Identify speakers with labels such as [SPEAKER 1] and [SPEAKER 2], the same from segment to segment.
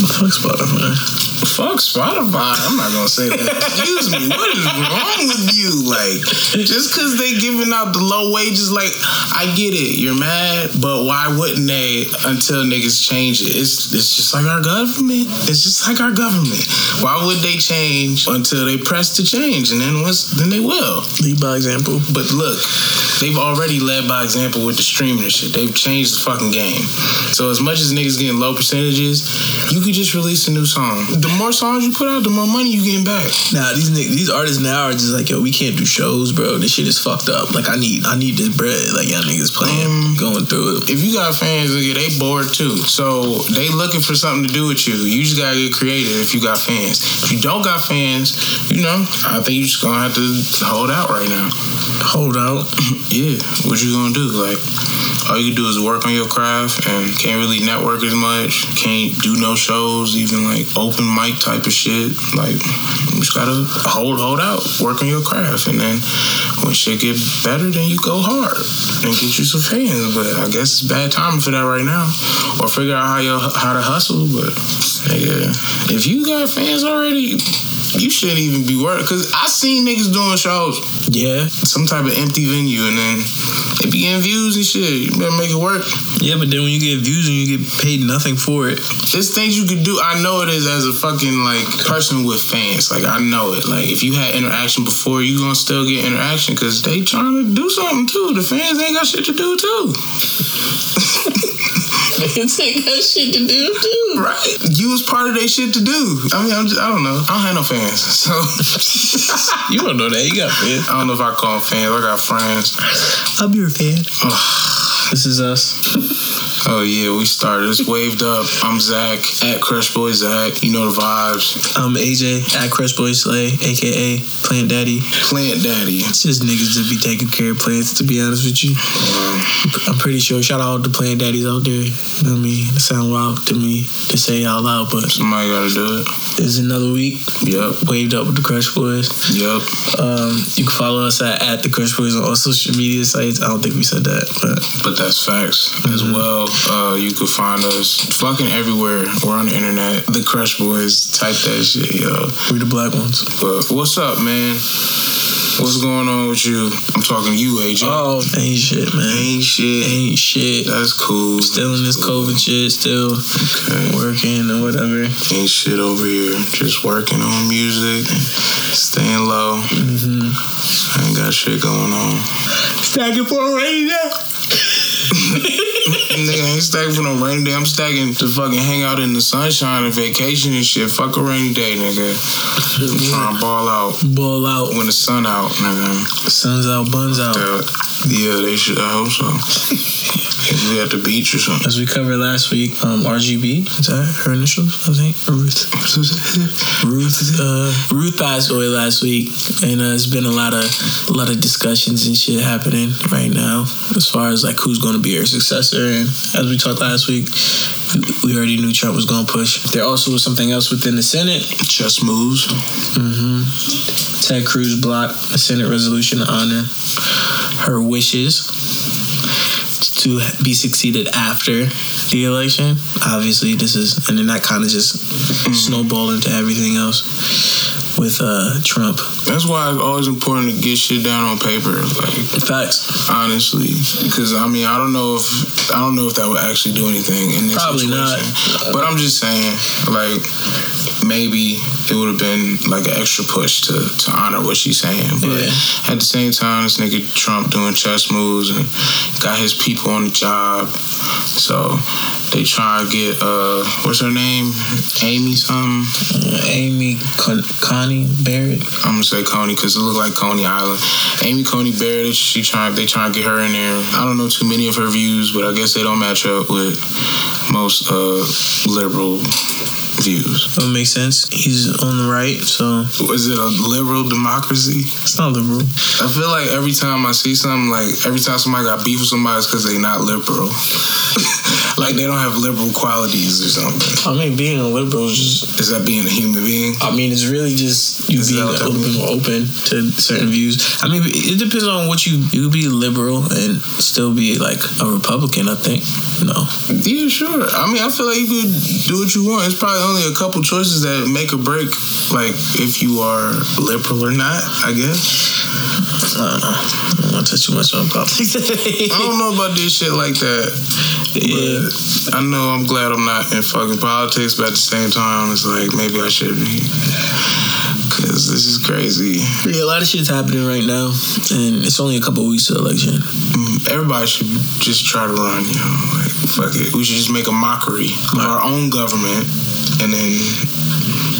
[SPEAKER 1] fuck Spotify.
[SPEAKER 2] Fuck Spotify. I'm not gonna say that. Excuse me. What is wrong with you? Like, just because they giving out the low wages, like, I get it. You're mad, but why wouldn't they? Until niggas change it, it's it's just like our government. It's just like our government. Why would they change until they press to change, and then once then they will.
[SPEAKER 1] Lead by example.
[SPEAKER 2] But look, they've already led by example with the streaming and shit. They've changed the fucking game. So as much as niggas getting low percentages, you could just release a new song. The more songs you put out, the more money you getting back.
[SPEAKER 1] Nah, these nigg- these artists now are just like, yo, we can't do shows, bro. This shit is fucked up. Like, I need I need this bread. Like, y'all niggas playing,
[SPEAKER 2] Um,
[SPEAKER 1] going through it.
[SPEAKER 2] If you got fans, nigga, they bored too. So they looking for something to do with you. You just gotta get creative if you got fans. If you don't got fans, you know, I think you just gonna have to hold out right now.
[SPEAKER 1] Hold out.
[SPEAKER 2] Yeah, what you gonna do? Like, all you do is work on your craft and can't really network as much. Can't do no shows, even like open mic type of shit. Like, you just gotta hold, hold out, work on your craft, and then when shit get better, then you go hard and get you some fans. But I guess it's bad timing for that right now, or figure out how you how to hustle. But nigga, if you got fans already. You shouldn't even be worried, cause I seen niggas doing shows
[SPEAKER 1] Yeah.
[SPEAKER 2] some type of empty venue and then they be getting views and shit. You better make it work.
[SPEAKER 1] Yeah, but then when you get views and you get paid nothing for it,
[SPEAKER 2] There's things you could do. I know it is as a fucking like person with fans. Like I know it. Like if you had interaction before, you gonna still get interaction because they trying to do something too. The fans ain't got shit to do too.
[SPEAKER 3] It's like got shit to do too.
[SPEAKER 2] Right? You was part of their shit to do. I mean, I'm just, I don't know. I don't have no fans, so
[SPEAKER 1] you don't know that. You got fans.
[SPEAKER 2] I don't know if I call them fans. I got friends.
[SPEAKER 1] I'll be your fan. This is us.
[SPEAKER 2] Oh yeah, we started. It's waved up. I'm Zach at Crush Boy Zach. You know the vibes.
[SPEAKER 1] I'm AJ at Crush Boy Slay, aka Plant Daddy.
[SPEAKER 2] Plant Daddy.
[SPEAKER 1] It's just niggas that be taking care of plants, to be honest with you. I'm pretty sure. Shout out to plant daddies out there. You know what I mean, it sound wild to me to say out loud, but
[SPEAKER 2] Somebody gotta do it.
[SPEAKER 1] it's another week.
[SPEAKER 2] Yep,
[SPEAKER 1] Waved up with the Crush Boys.
[SPEAKER 2] yep.
[SPEAKER 1] Um, you can follow us at, at the Crush Boys on all social media sites. I don't think we said that, but
[SPEAKER 2] But that's facts as
[SPEAKER 1] Mm-hmm.
[SPEAKER 2] well. Uh, you can find us fucking everywhere. We're on the internet. The Crush Boys, type that shit, yo.
[SPEAKER 1] we the black ones.
[SPEAKER 2] But what's up, man? What's going on with you? I'm talking to you, AJ.
[SPEAKER 1] Oh, ain't shit, man.
[SPEAKER 2] ain't shit.
[SPEAKER 1] Ain't shit.
[SPEAKER 2] That's cool.
[SPEAKER 1] Still in this COVID shit. Still
[SPEAKER 2] Okay.
[SPEAKER 1] working and whatever.
[SPEAKER 2] Ain't shit over here. Just working on music, staying low.
[SPEAKER 1] Mm-hmm.
[SPEAKER 2] Ain't got shit going on.
[SPEAKER 1] Stacking for a rainy day.
[SPEAKER 2] Nigga, I ain't stacking for no rainy day. I'm stacking to fucking hang out in the sunshine and vacation and shit. Fuck a rainy day, nigga. I'm trying to ball out
[SPEAKER 1] Ball out.
[SPEAKER 2] when the sun out, nigga.
[SPEAKER 1] Sun's out. Buns out.
[SPEAKER 2] Uh, yeah, they should. I hope so. If we at the beach or something.
[SPEAKER 1] As we covered last week, um, RGB, is that her initials? I think Ruth. Ruth, uh, Ruth passed away last week, and uh, it's been a lot of a lot of discussions and shit happening right now as far as like who's going to be her successor. And as we talked last week, we already knew Trump was going to push. There also was something else within the Senate.
[SPEAKER 2] Chess moves.
[SPEAKER 1] hmm Ted Cruz blocked a Senate resolution to honor her wishes to be succeeded after the election. Obviously, this is, and then that kind of just snowballed into everything else with uh, Trump.
[SPEAKER 2] That's why it's always important to get shit down on paper. Like,
[SPEAKER 1] Facts.
[SPEAKER 2] honestly, because I mean, I don't know if I don't know if that would actually do anything in this
[SPEAKER 1] Probably not.
[SPEAKER 2] situation. But I'm just saying, like, maybe it would have been like an extra push to to honor what she's saying. But at the same time, this nigga Trump doing chess moves and got his people on the job, so. They try to get uh, what's her name, Amy something.
[SPEAKER 1] Uh, Amy Con- Connie Barrett.
[SPEAKER 2] I'm gonna say Coney because it looked like Coney Island. Amy Coney Barrett, she trying they trying to get her in there. I don't know too many of her views, but I guess they don't match up with most uh, liberal views.
[SPEAKER 1] That makes sense. He's on the right, so
[SPEAKER 2] Is it a liberal democracy?
[SPEAKER 1] it's not liberal.
[SPEAKER 2] I feel like every time I see something, like every time somebody got beef with somebody, it's because they not liberal. Like they don't have liberal qualities or something.
[SPEAKER 1] I mean, being a liberal is just.
[SPEAKER 2] Is that being a human being?
[SPEAKER 1] I mean, it's really just you
[SPEAKER 2] Is that
[SPEAKER 1] being
[SPEAKER 2] what
[SPEAKER 1] a
[SPEAKER 2] that
[SPEAKER 1] little bit
[SPEAKER 2] means?
[SPEAKER 1] more open to certain views. I mean, it depends on what you you be liberal and still be like a Republican. I think no,
[SPEAKER 2] Yeah, sure. I mean, I feel like you could do what you want. It's probably only a couple choices that make or break, like if you are liberal or not. I guess
[SPEAKER 1] I don't know. I don't want to touch too much on politics.
[SPEAKER 2] I don't know about this shit like that. but
[SPEAKER 1] Yeah.
[SPEAKER 2] I know. I'm glad I'm not in fucking politics, but at the same time, it's like maybe I should be, because this is crazy.
[SPEAKER 1] yeah, a lot of shit's happening right now, and it's only a couple weeks to the election.
[SPEAKER 2] Mm, Everybody should just try to run. You know, like fuck it. We should just make a mockery of our own government, and then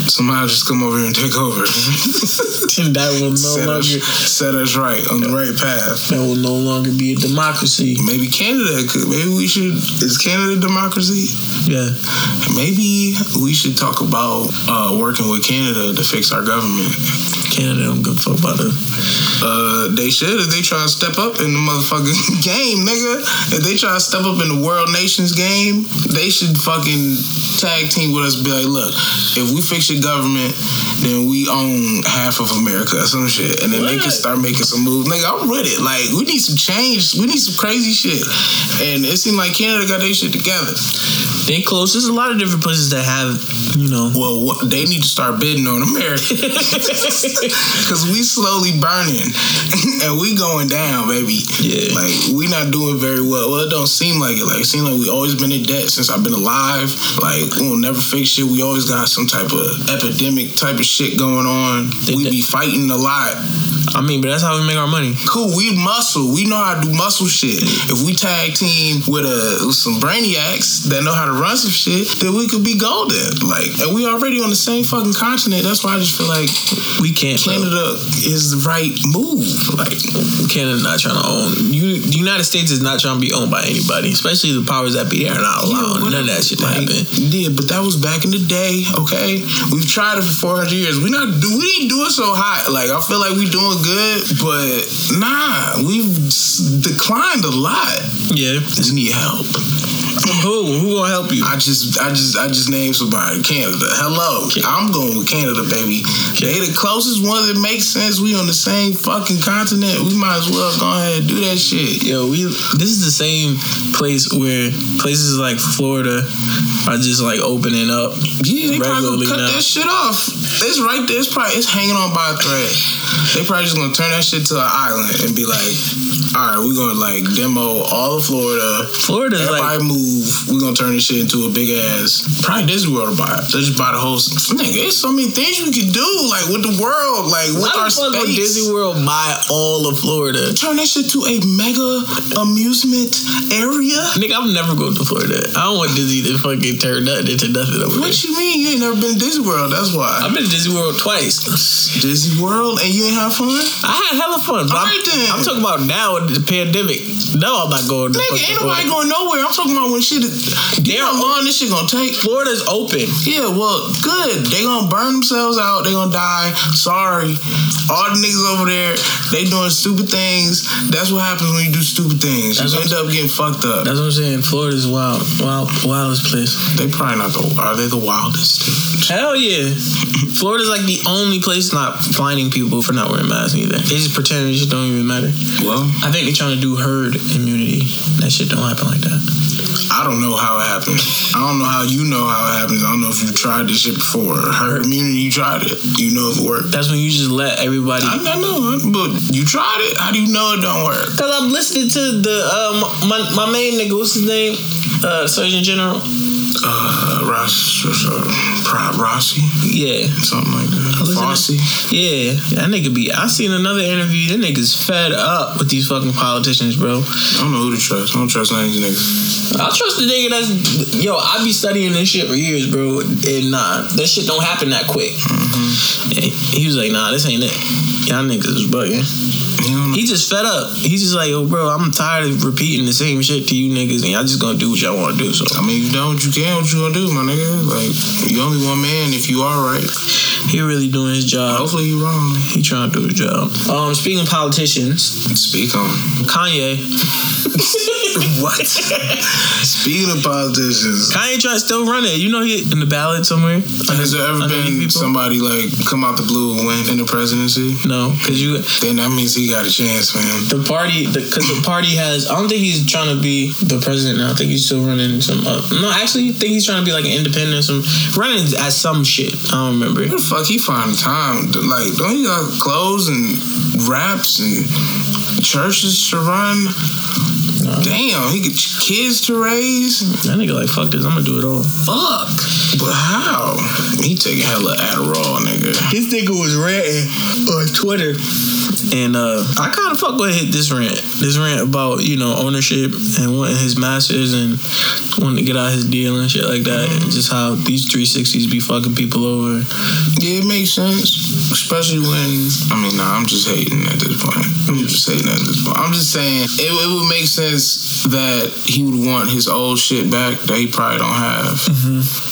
[SPEAKER 2] somehow just come over here and take over.
[SPEAKER 1] And that will no
[SPEAKER 2] set,
[SPEAKER 1] longer
[SPEAKER 2] us, set us right on the right path.
[SPEAKER 1] that will no longer be a democracy.
[SPEAKER 2] Maybe Canada could. Maybe we should. Is Canada democracy?
[SPEAKER 1] Yeah,
[SPEAKER 2] Maybe we should talk about uh, working with Canada to fix our government.
[SPEAKER 1] Canada don't give a fuck about it.
[SPEAKER 2] Uh, they should if they try to step up in the motherfucking game, nigga. If they try to step up in the world nations game, they should fucking tag team with us. and Be like, look, if we fix your government, then we own half of America or some shit, and then they can
[SPEAKER 1] What?
[SPEAKER 2] start making some moves. Nigga, I'm with it. Like, we need some change. We need some crazy shit. And it seemed like Canada got their shit together.
[SPEAKER 1] They close. There's a lot of different places that have you know.
[SPEAKER 2] Well, what, they need to start bidding on America because we slowly burning and we going down, baby.
[SPEAKER 1] Yeah.
[SPEAKER 2] like we not doing very well. Well, it don't seem like it. Like it seems like we always been in debt since I've been alive. Like we will never fix shit. We always got some type of epidemic type of shit going on.
[SPEAKER 1] They
[SPEAKER 2] we
[SPEAKER 1] de-
[SPEAKER 2] be fighting a lot.
[SPEAKER 1] I mean, but that's how we make our money.
[SPEAKER 2] Cool, we muscle. We know how to do muscle shit. If we tag team with, uh with some brainiacs that know how to run some shit, then we could be golden. Like, and we already on the same fucking continent. That's why I just feel like
[SPEAKER 1] We can't.
[SPEAKER 2] Canada is the right move. Like,
[SPEAKER 1] Canada not trying to own you. The United States is not trying to be owned by anybody, especially the powers that be. They're not allowing
[SPEAKER 2] Yeah,
[SPEAKER 1] none of that shit to
[SPEAKER 2] like,
[SPEAKER 1] happen.
[SPEAKER 2] Yeah, but that was back in the day. Okay, we've tried it for 400 years. We not do we ain't doing so hot. Like I feel like we doing good, but nah, we've s- declined a lot.
[SPEAKER 1] Yeah,
[SPEAKER 2] Just need help.
[SPEAKER 1] who who gonna help you?
[SPEAKER 2] I just, I just, I just named somebody. Canada. Hello, I'm going with Canada, baby. They the closest one that makes sense. We on the same fucking continent. We might as well go ahead and do that shit.
[SPEAKER 1] Yo, we this is the same place where places like Florida are just like opening up.
[SPEAKER 2] Yeah, they probably
[SPEAKER 1] Regularly
[SPEAKER 2] gonna cut
[SPEAKER 1] now.
[SPEAKER 2] that shit off. It's right there. It's probably it's hanging on by a thread. They probably just gonna turn that shit to an island and be like, all right, we're gonna like demo all of Florida.
[SPEAKER 1] Florida's
[SPEAKER 2] Everybody
[SPEAKER 1] like
[SPEAKER 2] move. We're gonna turn this shit into a big ass. Probably Disney World to buy it. They just buy the whole nigga. There's so many things we can do, like with the world, like with our
[SPEAKER 1] why the fuck would
[SPEAKER 2] space.
[SPEAKER 1] Disney World buy all of Florida?
[SPEAKER 2] Turn that shit to a mega amusement area.
[SPEAKER 1] Nigga, I'm never going to Florida. I don't want Disney to fucking turn nothing into nothing over there.
[SPEAKER 2] What you mean? You ain't never been to Disney World. That's why.
[SPEAKER 1] I've been to Disney World twice.
[SPEAKER 2] Disney World, and you ain't have fun.
[SPEAKER 1] I had hella fun. But
[SPEAKER 2] All
[SPEAKER 1] I'm,
[SPEAKER 2] right, then.
[SPEAKER 1] I'm talking about now in the pandemic. No, I'm not going to
[SPEAKER 2] Nigga,
[SPEAKER 1] fucking
[SPEAKER 2] ain't
[SPEAKER 1] Florida.
[SPEAKER 2] nobody going nowhere. I'm talking about when shit. Is, you know
[SPEAKER 1] They're-
[SPEAKER 2] how long this shit gonna take?
[SPEAKER 1] Florida's open.
[SPEAKER 2] Yeah, well, good. They gonna burn themselves out. They gonna die. Sorry, all the niggas over there, they doing stupid things. That's what happens when you do stupid things.
[SPEAKER 1] That's
[SPEAKER 2] you
[SPEAKER 1] what-
[SPEAKER 2] end up getting fucked up.
[SPEAKER 1] That's what I'm saying. Florida's wild, wild, wildest place.
[SPEAKER 2] They probably not the. Are they the wildest?
[SPEAKER 1] Hell yeah. Florida's like the only place not fining people for not wearing masks either. They just pretend it just don't even matter.
[SPEAKER 2] Well,
[SPEAKER 1] I think they're trying to do herd immunity. That shit don't happen like that.
[SPEAKER 2] I don't know how it happened. I don't know how you know how it happens. I don't know if you tried this shit before. Herd immunity, you tried it. You know if it worked.
[SPEAKER 1] That's when you just let everybody.
[SPEAKER 2] I, I know, but you tried it. How do you know it don't work?
[SPEAKER 1] Cause I'm listening to the uh, my my main nigga, what's his name? Uh, Surgeon General.
[SPEAKER 2] Uh, Ross, uh, Pro- Rossi,
[SPEAKER 1] Yeah,
[SPEAKER 2] something like that.
[SPEAKER 1] Listen-
[SPEAKER 2] Rossi.
[SPEAKER 1] yeah. That nigga be. I seen another interview. That nigga's fed up with these fucking politicians, bro.
[SPEAKER 2] I don't know who to trust. I don't trust none of these niggas.
[SPEAKER 1] I trust the nigga that's yo. I be studying this shit for years, bro. And nah, that shit don't happen that quick.
[SPEAKER 2] Mm-hmm.
[SPEAKER 1] And he was like, nah, this ain't it. Y'all niggas is bugging.
[SPEAKER 2] You don't know.
[SPEAKER 1] He just fed up. He's just like, yo, bro, I'm tired of repeating the same shit to you niggas, and y'all just gonna do what y'all want to do. So
[SPEAKER 2] I mean, you know what you can, what you gonna do, my nigga? Like, you only one man if you are right. Uh,
[SPEAKER 1] He really doing his job.
[SPEAKER 2] Hopefully you're wrong.
[SPEAKER 1] He trying to do his job. Um, speaking of politicians,
[SPEAKER 2] Speak on.
[SPEAKER 1] Kanye.
[SPEAKER 2] what? Speaking of politicians,
[SPEAKER 1] Kanye trying to still run it. You know he in the ballot somewhere.
[SPEAKER 2] has there ever
[SPEAKER 1] Under these
[SPEAKER 2] been
[SPEAKER 1] people?
[SPEAKER 2] somebody like come out the blue and win in the presidency?
[SPEAKER 1] No, because you
[SPEAKER 2] Then that means he got a chance, man.
[SPEAKER 1] the party because the, party has. I don't think he's trying to be the president. now. I think he's still running some. Uh, no, I actually think he's trying to be like an independent. or Some running as some shit. I don't remember.
[SPEAKER 2] Where the fuck he find time? to- Like, don't he got clothes and wraps and churches to run? Damn, he got ch- kids to raise.
[SPEAKER 1] That nigga like fuck this. I'm gonna do it all.
[SPEAKER 2] Fuck. But how? He taking hella Adderall, nigga.
[SPEAKER 1] This nigga was ranting on Twitter. And uh, I kind of fuck with this rant. This rant about, you know, ownership and wanting his masters and wanting to get out his deal and shit like that. And just how these 360s be fucking people over.
[SPEAKER 2] Yeah, it makes sense. Especially when I mean, nah, I'm just hating at this point. I'm just hating at this point. I'm just saying it, it would make sense that he would want his old shit back that he probably don't have.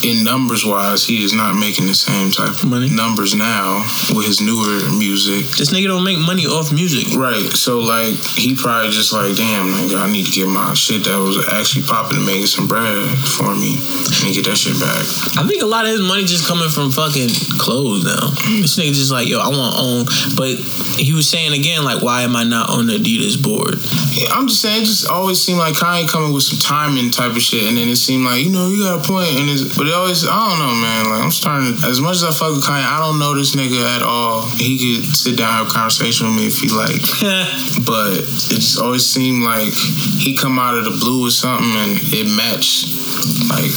[SPEAKER 2] In numbers wise, he is not making the same type of
[SPEAKER 1] Money.
[SPEAKER 2] numbers now with his newer music.
[SPEAKER 1] This nigga don't make money off music.
[SPEAKER 2] Right. So like he probably just like, damn, nigga, I need to get my shit that was actually popping and making some bread for me and get that shit back.
[SPEAKER 1] I think a lot of his money just coming from fucking clothes now. This nigga just like, yo, I want to own. But he was saying again, like, why am I not on the Adidas board?
[SPEAKER 2] Yeah, I'm just saying, it just always seemed like Kanye coming with some timing type of shit, and then it seemed like you know you got a point, and it's, but it always I don't know, man. Like I'm starting to, as much as I fuck with Kanye, I don't know this nigga at all. He could sit down have a conversation with me if he like, but it just always seemed like he come out of the blue with something, and it matched like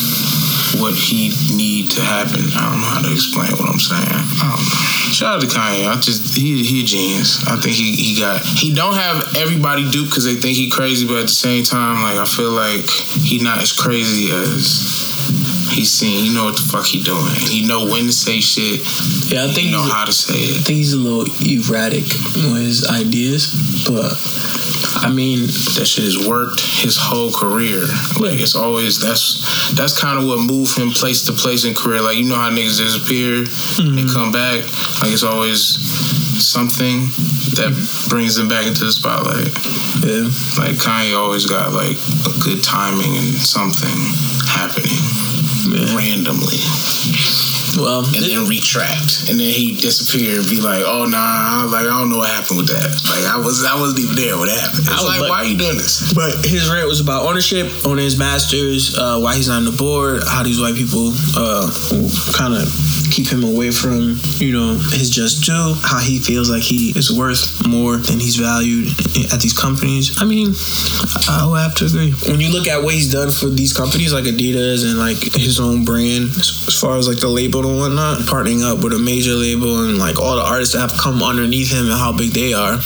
[SPEAKER 2] what he need to happen. I don't know how to explain what I'm saying. I don't know. Shout out to Kanye. I just he he a genius. I think he he got he don't have everybody duped because they think he crazy, but at the same time, like I feel like he not as crazy as he's seen. He know what the fuck he doing. He know when to say shit.
[SPEAKER 1] Yeah, I
[SPEAKER 2] He
[SPEAKER 1] think
[SPEAKER 2] know
[SPEAKER 1] he's-
[SPEAKER 2] how to say it.
[SPEAKER 1] I think he's a little erratic with his ideas, but I mean,
[SPEAKER 2] that shit has worked his whole career. Like it's always that's that's kind of what moved him place to place in career. Like you know how niggas disappear and
[SPEAKER 1] Mm-hmm.
[SPEAKER 2] come back. Like it's always something that brings them back into the spotlight.
[SPEAKER 1] yeah,
[SPEAKER 2] Like Kanye always got like a good timing and something happening
[SPEAKER 1] yeah.
[SPEAKER 2] randomly,
[SPEAKER 1] well,
[SPEAKER 2] and then retract, and then he disappear and be like, "Oh nah, like I don't know what happened with that. Like I was I wasn't even there when it happened." It's
[SPEAKER 1] I was
[SPEAKER 2] like,
[SPEAKER 1] like-
[SPEAKER 2] why are you doing this?
[SPEAKER 1] but his rant was about ownership, owning his masters, uh, why he's not on the board, how these white people uh, kind of keep him away from, you know, his just due, how he feels like he is worth more than he's valued at these companies. I mean, I I would have to agree. When you look at what he's done for these companies like Adidas and like his own brand, as as far as like the label and whatnot, partnering up with a major label and like all the artists that have come underneath him and how big they are,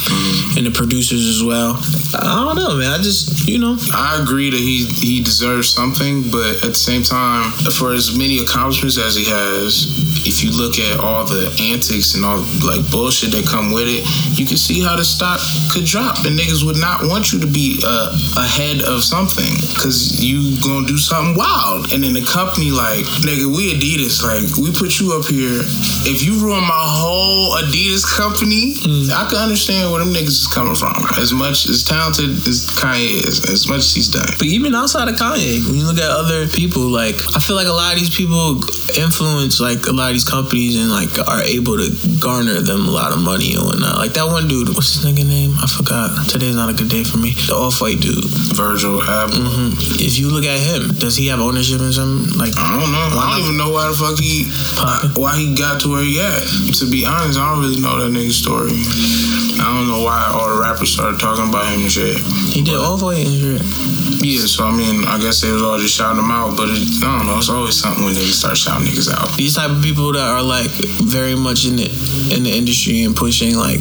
[SPEAKER 1] and the producers as well. I don't know, man. I just you know,
[SPEAKER 2] I agree that he he deserves something, but at the same time, for as many accomplishments as he has, if you look at all the antics and all like bullshit that come with it, you can see how the stock could drop, and niggas would not want you to be uh, ahead of something because you gonna do something wild, and then the company like nigga, we Adidas, like we put you up here. If you ruin my whole Adidas company, I can understand where them niggas is coming from. As much as talented as Kanye is, as much as he's done.
[SPEAKER 1] but even outside of Kanye, when you look at other people, like I feel like a lot of these people influence like a lot of these companies and like are able to garner them a lot of money and whatnot. Like that one dude, what's his nigga name? I forgot. Today's not a good day for me. The off white dude.
[SPEAKER 2] Virgil Abloh.
[SPEAKER 1] Mhm. If you look at him, does he have ownership in something? Like
[SPEAKER 2] I don't know. I
[SPEAKER 1] not?
[SPEAKER 2] don't even know why the fuck he
[SPEAKER 1] Poppin'.
[SPEAKER 2] why he got to where he at. To be honest, I don't really know that nigga's story. I don't know why all the rappers started talking about him and shit.
[SPEAKER 1] he did off white and shit.
[SPEAKER 2] Yeah, so I mean, I guess they was all just shouting him out, but it, I don't know. It's always something when niggas start shouting niggas out.
[SPEAKER 1] these type of people that are like very much in the in the industry and pushing like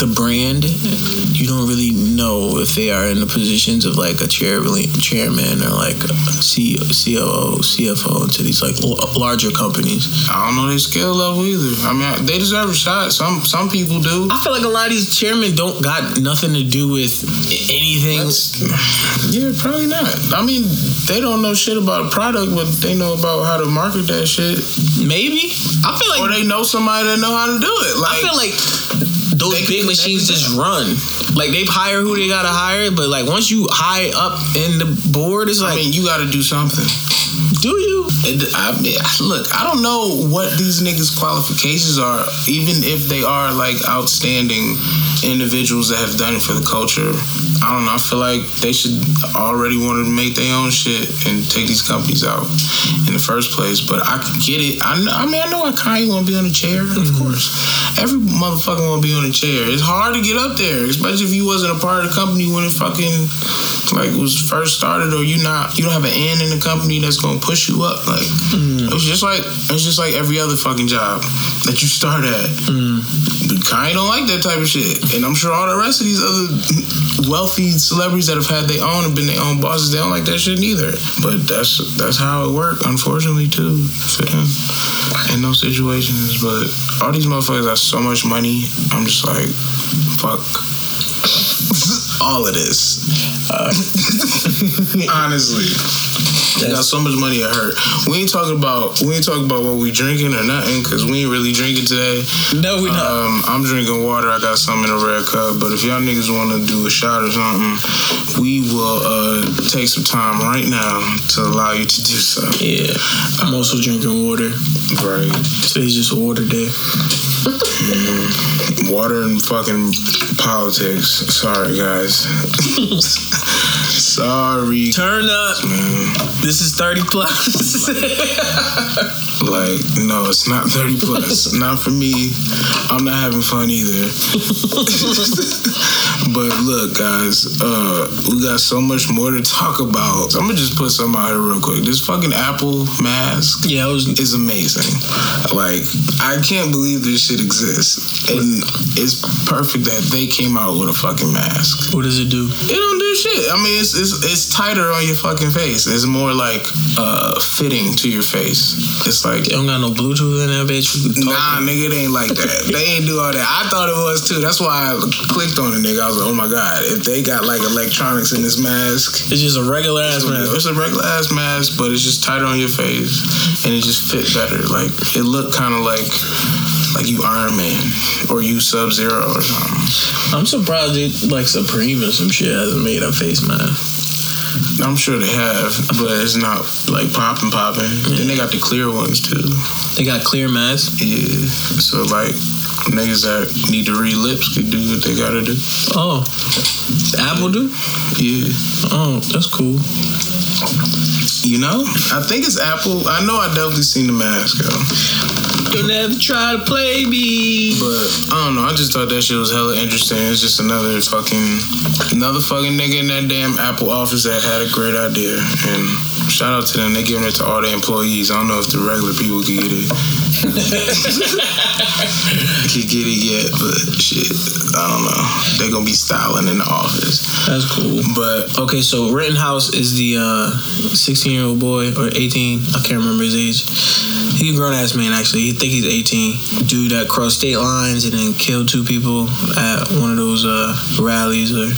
[SPEAKER 1] the brand, you don't really know if they are in the positions of like a chair, really, chairman or like a C- COO, CFO into these like l- larger companies.
[SPEAKER 2] I don't know their skill level either. I mean, I, they deserve a shot. Some some people do.
[SPEAKER 1] I feel like a lot of these chairmen don't got nothing to do with a- anything.
[SPEAKER 2] Yeah, probably not. I mean, they don't know shit about a product, but they know about how to market that shit.
[SPEAKER 1] Maybe I feel like
[SPEAKER 2] Or they know somebody that know how to do it. Like,
[SPEAKER 1] I feel like those
[SPEAKER 2] They can
[SPEAKER 1] big
[SPEAKER 2] connect
[SPEAKER 1] machines
[SPEAKER 2] it
[SPEAKER 1] just run. Like they've hired who they gotta hire, but like once you high up in the board, it's like,
[SPEAKER 2] I mean, you got to do something.
[SPEAKER 1] do you?
[SPEAKER 2] It- I mean, look, I don't know what these niggas' qualifications are, even if they are like outstanding individuals that have done it for the culture. I don't know. I feel like they should already want to make their own shit and take these companies out in the first place. But I can get it. I, know, I mean, I know why Kanye want to be on a chair, of course. Every motherfucker want to be on a chair. It's hard to get up there, especially if you wasn't a part of the company when it fucking like was first started or you not you don't have an end in the company that's gonna push you up like it's just like it's just like every other fucking job that you start at But Kanye don't like that type of shit and I'm sure all the rest of these other wealthy celebrities that have had their own and been their own bosses they don't like that shit neither but that's that's how it worked unfortunately too for them in those situations but all these motherfuckers got so much money I'm just like fuck all of this Um, Honestly, we got so much money at hurt. We ain't talking about we ain't talking about what we drinking or nothing because we ain't really drinking today.
[SPEAKER 1] No, we not.
[SPEAKER 2] Um, I'm drinking water. I got some in a red cup. But if y'all niggas want to do a shot or something, we will uh, take some time right now to allow you to do so.
[SPEAKER 1] yeah, I'm also drinking water.
[SPEAKER 2] Right.
[SPEAKER 1] Today's just water day.
[SPEAKER 2] Mm-hmm. Water and fucking politics. Sorry guys. Sorry,
[SPEAKER 1] Turn up.
[SPEAKER 2] man.
[SPEAKER 1] This is thirty plus.
[SPEAKER 2] Like, no, it's not 30 plus. not for me. I'm not having fun either. but look, guys, uh, we got so much more to talk about. I'm gonna just put some out here real quick. This fucking Apple mask
[SPEAKER 1] yeah, I was.
[SPEAKER 2] is amazing. Like, I can't believe this shit exists. And it's perfect that they came out with a fucking mask.
[SPEAKER 1] What does it do?
[SPEAKER 2] It don't do shit. I mean, it's it's, it's tighter on your fucking face. It's more like uh, fitting to your face. It's like
[SPEAKER 1] They don't got no Bluetooth in that bitch. You can talk.
[SPEAKER 2] Nah, nigga, it ain't like that. they ain't do all that. I thought it was too. That's why I clicked on it, nigga. I was like, oh my god, if they got like electronics in this mask,
[SPEAKER 1] It's just a regular ass
[SPEAKER 2] it's,
[SPEAKER 1] man.
[SPEAKER 2] a regular ass mask, but it's just tighter on your face, and it just fit better. Like it looked kind of like like you Iron Man or you Sub Zero or something.
[SPEAKER 1] I'm surprised it like Supreme or some shit hasn't made a face mask.
[SPEAKER 2] I'm sure they have, but it's not like popping, popping. Then they got the clear ones too.
[SPEAKER 1] They got clear masks.
[SPEAKER 2] Yeah, so like niggas that need to read lips could do what they gotta do.
[SPEAKER 1] Oh, Apple do.
[SPEAKER 2] Yeah.
[SPEAKER 1] Oh, that's cool.
[SPEAKER 2] You know, I think it's Apple. I know I definitely seen the mask, yo.
[SPEAKER 1] You never try to play me.
[SPEAKER 2] but I don't know. I just thought that shit was hella interesting. It's just another fucking, another fucking nigga in that damn Apple office that had a great idea. And shout out to them. They giving it to all their employees. I don't know if the regular people can get it. can get it yet, but shit, I don't know. They gonna be styling in the office,
[SPEAKER 1] That's cool.
[SPEAKER 2] but
[SPEAKER 1] Okay, so Rittenhouse is the uh, 16 year old boy or 18. I can't remember his age. He's a grown ass man, actually. He think he's 18. Dude that crossed state lines and then killed two people at one of those uh, rallies or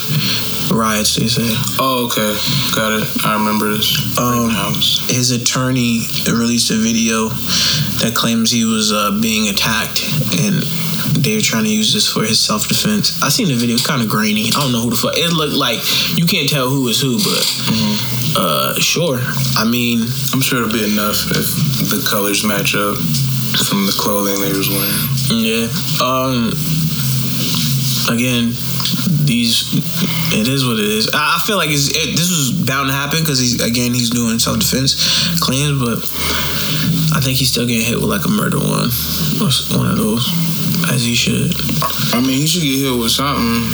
[SPEAKER 1] riots, they say.
[SPEAKER 2] oh okay, got it. I remember this.
[SPEAKER 1] Um,
[SPEAKER 2] Rittenhouse.
[SPEAKER 1] his attorney released a video that claims he was uh, being attacked and they were trying to use this for his self defense. I seen the video; it's kind of grainy. I don't know who the fuck. It looked like you can't tell who is who, but uh, sure. I mean,
[SPEAKER 2] I'm sure it'll be enough if the colors match up from the clothing they was wearing.
[SPEAKER 1] yeah. Um, again, these it is what it is. I, I feel like it's, it, this was bound to happen because he's again he's doing self defense claims, but I think he's still getting hit with like a murder one, or s- one of those, as he should.
[SPEAKER 2] I mean, he should get hit with something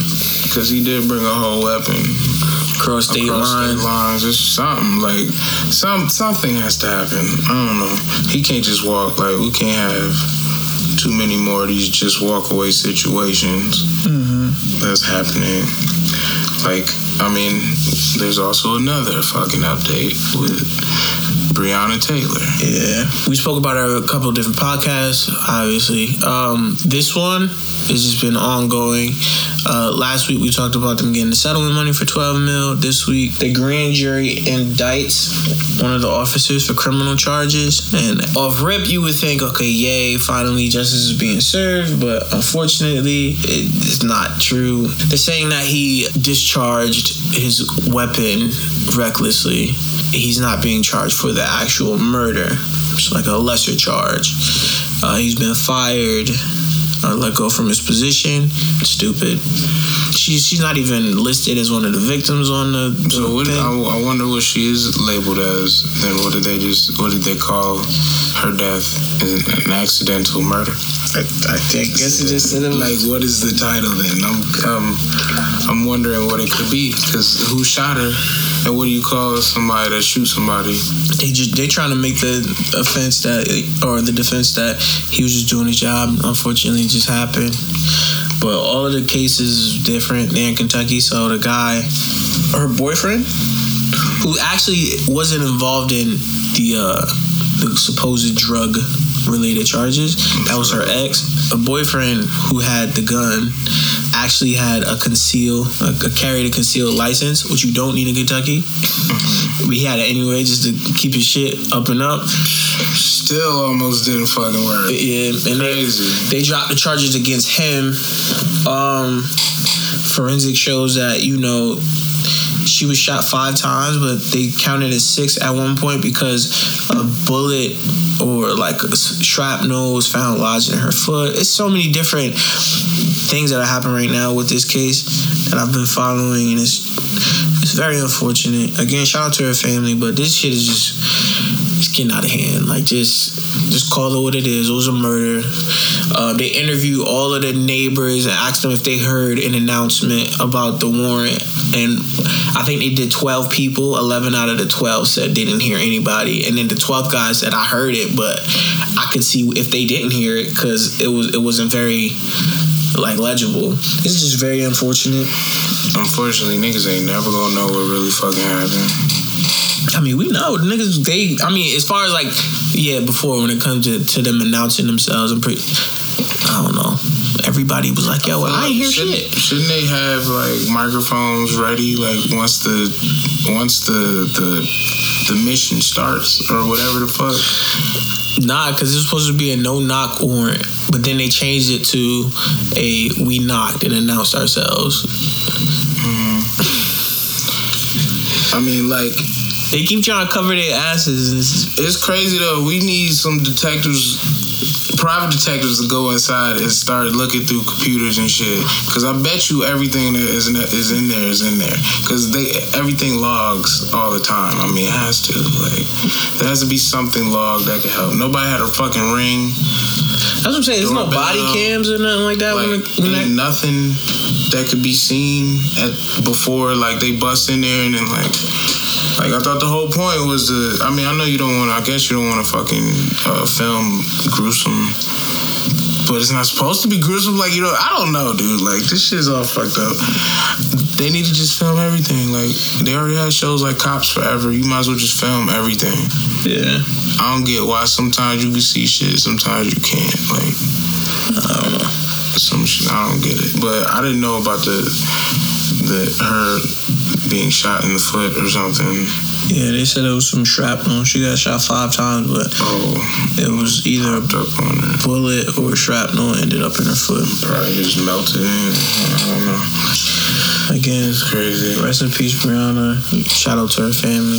[SPEAKER 2] because he did bring a whole weapon
[SPEAKER 1] Cross state
[SPEAKER 2] across
[SPEAKER 1] line.
[SPEAKER 2] state lines. It's something like some something has to happen. I don't know. He can't just walk like we can't have too many more of these just walk away situations that's happening. Like, I mean, there's also another fucking update with Breonna Taylor.
[SPEAKER 1] Yeah, we spoke about it a couple of different podcasts. Obviously, um, this one has just been ongoing. Uh, last week we talked about them getting the settlement money for 12 mil. This week the grand jury indicts one of the officers for criminal charges. And off rip, you would think, okay, yay, finally justice is being served. But unfortunately, it is not true. They're saying that he discharged his weapon recklessly. He's not being charged for the actual murder. It's like a lesser charge. Uh, he's been fired uh, let go from his position. Stupid. She's she's not even listed as one of the victims on the.
[SPEAKER 2] So what?
[SPEAKER 1] thing.
[SPEAKER 2] I, I wonder what she is labeled as. Then what did they just? What did they call her death? An, an accidental murder.
[SPEAKER 1] I, I think. guess it just said it
[SPEAKER 2] like
[SPEAKER 1] like.
[SPEAKER 2] what is the title then? I'm um, I'm wondering what it could be because who shot her and what do you call somebody that shoots somebody?
[SPEAKER 1] They just they trying to make the offense that or the defense that he was just doing his job. Unfortunately, it just happened. But all of the cases is different. They're in Kentucky, so the guy, her boyfriend, who actually wasn't involved in the uh, the supposed drug related charges. That was her ex. A boyfriend who had the gun actually had a conceal, a, a carried a concealed license, which you don't need in Kentucky. We had it anyway, just to keep his shit up and up.
[SPEAKER 2] Still almost didn't fucking work.
[SPEAKER 1] Yeah, and they,
[SPEAKER 2] Crazy.
[SPEAKER 1] they dropped the charges against him. Um, forensic shows that you know she was shot five times, but they counted as six at one point because a bullet or like a s- shrapnel was found lodged in her foot. It's so many different things that are happening right now with this case that I've been following, and it's it's very unfortunate. Again, shout out to her family, but this shit is just it's getting out of hand. Like just just call it what it is. It was a murder. Uh, they interview all of the neighbors and asked them if they heard an announcement about the warrant. And I think they did 12 people. 11 out of the 12 said they didn't hear anybody. And then the 12th guy said, I heard it, but I could see if they didn't hear it because it, was, it wasn't very, like, legible. This is just very unfortunate.
[SPEAKER 2] Unfortunately, niggas ain't never gonna know what really fucking happened.
[SPEAKER 1] I mean, we know niggas. They, I mean, as far as like, yeah, before when it comes to, to them announcing themselves, I'm pretty. I don't know. Everybody was like, "Yo, I ain't hear
[SPEAKER 2] Uh, shouldn't,
[SPEAKER 1] shit."
[SPEAKER 2] Shouldn't they have like microphones ready? Like once the once the the the mission starts or whatever the fuck.
[SPEAKER 1] Nah, because it's supposed to be a no knock warrant, but then they changed it to a we knocked and announced ourselves.
[SPEAKER 2] I mean, like
[SPEAKER 1] They keep trying to cover their asses. And it's,
[SPEAKER 2] It's crazy though. We need some detectives, private detectives, to go inside and start looking through computers and shit. Because I bet you everything that is in, is in there is in there. Because they everything logs all the time. I mean, it has to. Like, there has to be something logged that can help. Nobody had a fucking ring.
[SPEAKER 1] that's what I'm saying. There's no
[SPEAKER 2] Doorbell.
[SPEAKER 1] body cams or nothing like that.
[SPEAKER 2] Like,
[SPEAKER 1] when it, when
[SPEAKER 2] ain't
[SPEAKER 1] that
[SPEAKER 2] nothing that could be seen at before like they bust in there and then like like I thought the whole point was to I mean I know you don't want to I guess you don't want to fucking uh, film gruesome but it's not supposed to be gruesome like you know I don't know dude like this shit's all fucked up they need to just film everything like they already had shows like cops forever you might as well just film everything
[SPEAKER 1] yeah,
[SPEAKER 2] I don't get why sometimes you can see shit, sometimes you can't. Like, I don't know. Some shit, I don't get it. But I didn't know about the the her being shot in the foot or something.
[SPEAKER 1] yeah. They said it was some shrapnel. She got shot five times, but
[SPEAKER 2] Oh,
[SPEAKER 1] it was either
[SPEAKER 2] popped up on her.
[SPEAKER 1] bullet or shrapnel ended up in her foot.
[SPEAKER 2] Probably just melted in. I don't know.
[SPEAKER 1] Again,
[SPEAKER 2] Crazy.
[SPEAKER 1] rest in peace, Brianna. Shout out to her family.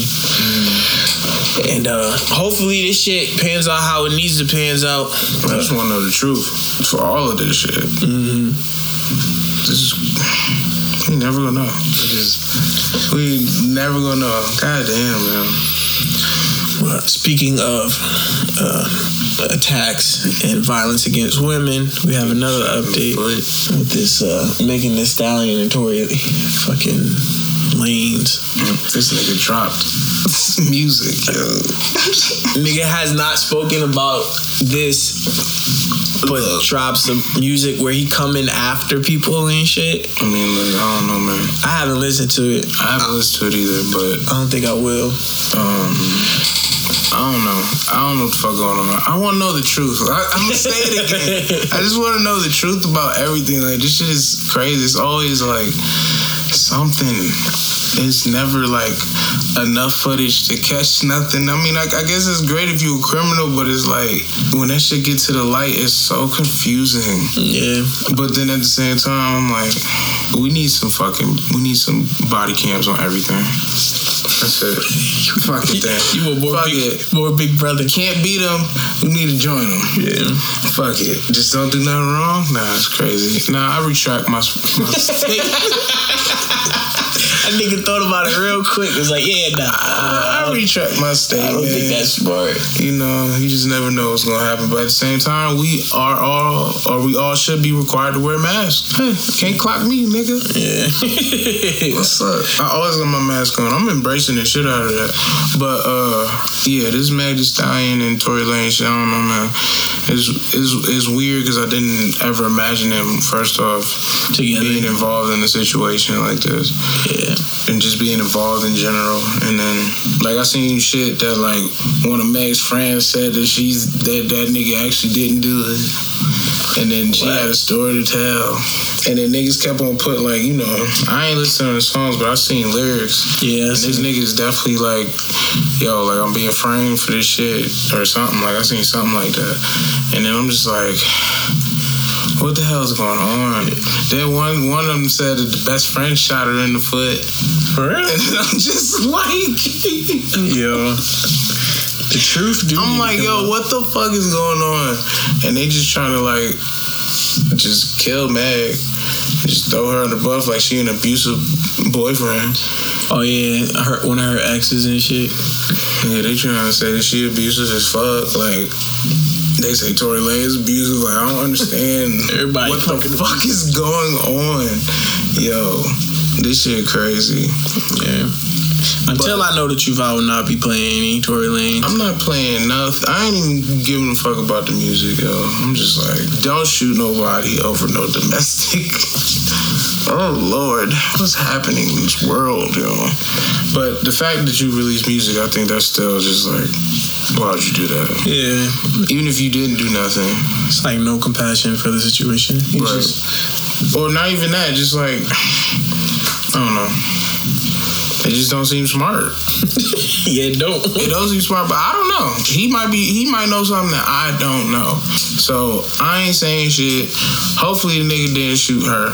[SPEAKER 1] And uh, hopefully this shit pans out how it needs to pans out.
[SPEAKER 2] I just want to know the truth for all of this shit. Mm-hmm. Just, we never gonna know. I just, we never gonna know. God damn, man.
[SPEAKER 1] Uh, Speaking of uh, attacks and violence against women, we have another update
[SPEAKER 2] But
[SPEAKER 1] with this uh, Megan Thee Stallion and Tory fucking lanes.
[SPEAKER 2] This nigga dropped music, yo.
[SPEAKER 1] Nigga has not spoken about this, but drops of music where he coming after people and shit.
[SPEAKER 2] I mean, like, I don't know, man.
[SPEAKER 1] I haven't listened to it.
[SPEAKER 2] I haven't listened to it either, but
[SPEAKER 1] I don't think I will.
[SPEAKER 2] um, I don't know. I don't know what the fuck going on. I want to know the truth. I, I'm gonna say it again. I just want to know the truth about everything. Like this shit is crazy. It's always like something. It's never like enough footage to catch nothing. I mean, I, I guess it's great if you're a criminal, but it's like when that shit gets to the light, it's so confusing.
[SPEAKER 1] Yeah,
[SPEAKER 2] But then at the same time, I'm like, we need some fucking, we need some body cams on everything. That's it. Fuck it, then.
[SPEAKER 1] you were more
[SPEAKER 2] Fuck
[SPEAKER 1] big,
[SPEAKER 2] it.
[SPEAKER 1] more big brother.
[SPEAKER 2] Can't beat them. We need to join them.
[SPEAKER 1] Yeah.
[SPEAKER 2] Fuck it. Just don't do nothing wrong. Nah, it's crazy. Nah, I retract my. my
[SPEAKER 1] That nigga thought about it real quick. Was like, yeah, nah.
[SPEAKER 2] I retract my
[SPEAKER 1] I
[SPEAKER 2] statement.
[SPEAKER 1] don't think that's smart.
[SPEAKER 2] you know, you just never know what's gonna happen. But at the same time, we are all, or we all should be required to wear masks. Hey, can't clock me, nigga.
[SPEAKER 1] Yeah.
[SPEAKER 2] What's up? I always got my mask on. I'm embracing the shit out of that. But uh, yeah, this Meg Thee Stallion and Tory Lane shit. I don't know, man. It's it's, it's weird because I didn't ever imagine them. First off,
[SPEAKER 1] Together.
[SPEAKER 2] being involved in a situation like this
[SPEAKER 1] yeah.
[SPEAKER 2] and just being involved in general. And then, like, I seen shit that like one of Meg's friends said that she's that that nigga actually didn't do it. And then she had a story to tell. And then niggas kept on putting like, you know, I ain't listening to songs, but I seen lyrics. And
[SPEAKER 1] Yeah. it's-
[SPEAKER 2] this nigga's definitely like, yo, like I'm being framed for this shit or something. Like I seen something like that. And then I'm just like, what the hell's going on? Then one one of them said that the best friend shot her in the foot.
[SPEAKER 1] For
[SPEAKER 2] And
[SPEAKER 1] real?
[SPEAKER 2] then I'm just like,
[SPEAKER 1] Yo. The truth, dude.
[SPEAKER 2] I'm like, yo, what the fuck is going on? And they just trying to like, just kill Meg, just throw her on the buff like she an abusive boyfriend.
[SPEAKER 1] Oh yeah, her one of her exes and shit.
[SPEAKER 2] Yeah, they trying to say that she abusive as fuck. Like, they say Tory Lane's abusive. Like, I don't understand.
[SPEAKER 1] Everybody
[SPEAKER 2] what the fuck is going on? Yo, this shit crazy.
[SPEAKER 1] Yeah. Until I know the truth, I will not be playing any Tory Lane.
[SPEAKER 2] I'm not playing nothing. I ain't even giving a fuck about the music, yo. I'm just like, don't shoot nobody over no domestic. oh Lord, what's happening in this world, yo? But the fact that you release music, I think that's still just like, why would you do that?
[SPEAKER 1] Yeah.
[SPEAKER 2] Even if you didn't do nothing,
[SPEAKER 1] It's like no compassion for the situation. You
[SPEAKER 2] Right.
[SPEAKER 1] just-
[SPEAKER 2] or not even that, just like, I don't know. It just don't seem smart.
[SPEAKER 1] yeah, don't.
[SPEAKER 2] It does seem smart, but I don't know. He might be. He might know something that I don't know. So I ain't saying shit. Hopefully the nigga didn't shoot her.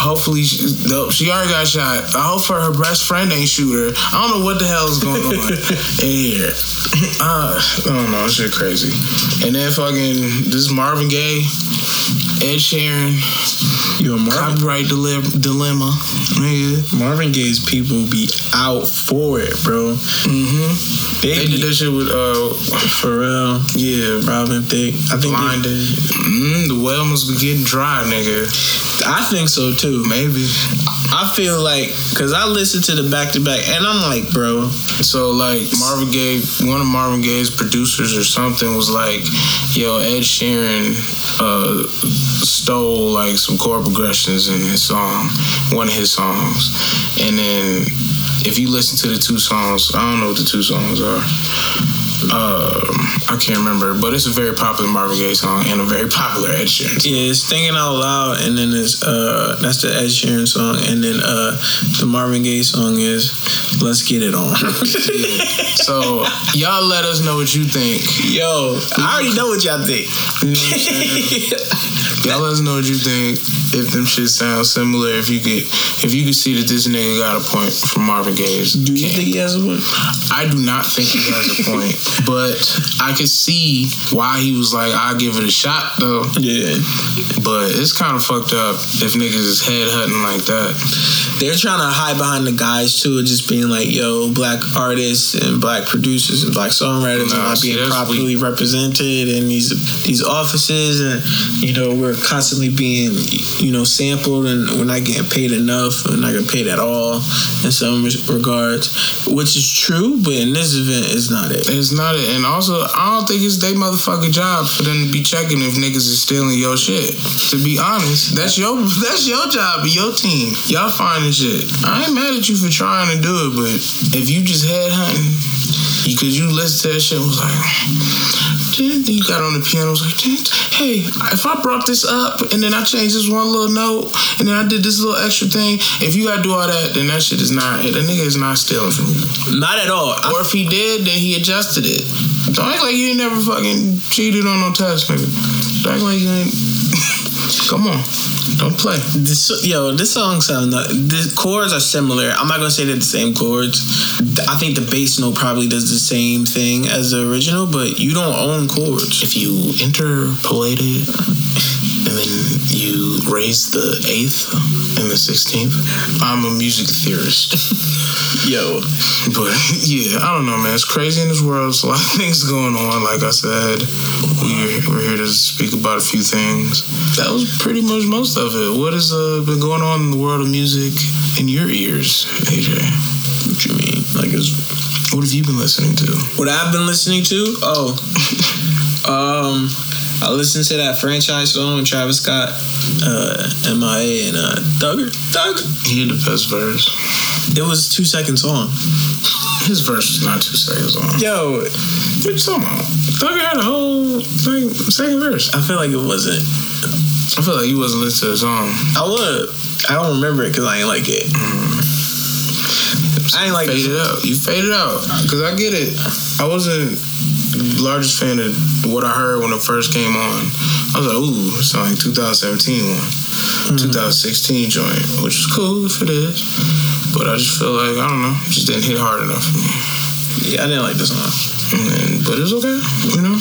[SPEAKER 2] Hopefully she, nope, she already got shot. I hope for her best friend ain't shoot her. I don't know what the hell is going on in here. Uh, I don't know. This shit crazy. And then fucking this Marvin Gaye, Ed Sheeran,
[SPEAKER 1] Yo, Marvin,
[SPEAKER 2] copyright dile- dilemma, nigga.
[SPEAKER 1] Marvin Gaye's people be out for it, bro.
[SPEAKER 2] Mm-hmm.
[SPEAKER 1] They,
[SPEAKER 2] They
[SPEAKER 1] be,
[SPEAKER 2] did that shit with uh,
[SPEAKER 1] Pharrell,
[SPEAKER 2] yeah,
[SPEAKER 1] Robin Thicke. I think. they-
[SPEAKER 2] Blinded. Mm, the well must be getting dry, nigga.
[SPEAKER 1] I think so too.
[SPEAKER 2] Maybe.
[SPEAKER 1] I feel like because I listened to the back to back, and I'm like, bro,
[SPEAKER 2] So like Marvin Gaye, one of Marvin Gaye's producers or something was like, "Yo, Ed Sheeran uh, stole like some chord progressions in his song, one of his songs." And then if you listen to the two songs, I don't know what the two songs are. Um, I can't remember, but it's a very popular Marvin Gaye song and a very popular Ed Sheeran. song.
[SPEAKER 1] yeah, it's thinking out loud, and then it's uh, that's the Ed Sheeran song, and then uh, the Marvin Gaye song is "Let's Get It On."
[SPEAKER 2] So y'all let us know what you think.
[SPEAKER 1] Yo, I already know what y'all think.
[SPEAKER 2] You know what I'm saying? Y'all let us know what you think. If them shit sound similar, if you could, if you could see that this nigga got a point from Marvin Gaye's.
[SPEAKER 1] Do you
[SPEAKER 2] camp.
[SPEAKER 1] think he has one?
[SPEAKER 2] I do not think he has a point, but I could see why he was like, "I give it a shot," though.
[SPEAKER 1] Yeah.
[SPEAKER 2] But it's kind of fucked up if niggas is head hunting like that.
[SPEAKER 1] They're trying to hide behind the guys too, just being like, yo, black artists and black producers and black songwriters
[SPEAKER 2] Nah,
[SPEAKER 1] are not
[SPEAKER 2] see,
[SPEAKER 1] being
[SPEAKER 2] that's
[SPEAKER 1] properly represented in these these offices, and you know we're constantly being you know sampled, and we're not getting paid enough, we're not getting paid at all in some res- regards, which is true, but in this event, it's not it.
[SPEAKER 2] It's not it. And also, I don't think it's they motherfucking job for them to be checking if niggas is stealing your shit. To be honest, that's your that's your job, and your team. Y'all finding shit. I ain't mad at you for trying to do it, but if you just head hunting, because you listened to that shit, was like, then you got on the piano, was like, "Dun, hey, if I brought this up and then I changed this one little note and then I did this little extra thing, if you gotta do all that, then that shit is not, that nigga is not stealing from you.
[SPEAKER 1] Not at all. I-
[SPEAKER 2] Or if he did, then he adjusted it. Don't act like you ain't never fucking cheated on no test, nigga. Don't act like you ain't. Come on, don't play.
[SPEAKER 1] This, yo, this song sounds. The chords are similar. I'm not gonna say they're the same chords. Th- I think the bass note probably does the same thing as the original, but you don't own chords.
[SPEAKER 2] If you interpolate it and then you raise the eighth and the sixteenth, I'm a music theorist.
[SPEAKER 1] Yo,
[SPEAKER 2] But yeah, I don't know, man. It's crazy in this world. It's a lot of things going on. Like I said, we're, we're here to speak about a few things. That was pretty much most of it. What has uh, been going on in the world of music in your ears, AJ?
[SPEAKER 1] what you mean? Like, it's,
[SPEAKER 2] What have you been listening to?
[SPEAKER 1] what I've been listening to? Oh, um, I listened to that franchise song with Travis Scott, uh, MIA, and uh, Thugger. Thugger.
[SPEAKER 2] He had the best verse.
[SPEAKER 1] It was two seconds long.
[SPEAKER 2] His verse is not two seconds long. Yeah.
[SPEAKER 1] Yo,
[SPEAKER 2] What you talking about? Thugger had a whole thing, second verse.
[SPEAKER 1] I feel like it wasn't.
[SPEAKER 2] I feel like you wasn't listening to the song.
[SPEAKER 1] I would. I don't remember it because I ain't like it. I ain't like it.
[SPEAKER 2] faded out. You faded out because I get it. I wasn't the largest fan of what I heard when it first came on. I was like, ooh, it's like 2017 one, Mm-hmm. 2016 joint, which is cool if it is. But I just feel like I don't know, it just didn't hit hard enough for me.
[SPEAKER 1] Yeah, I didn't like this one.
[SPEAKER 2] And, but it's okay, you know.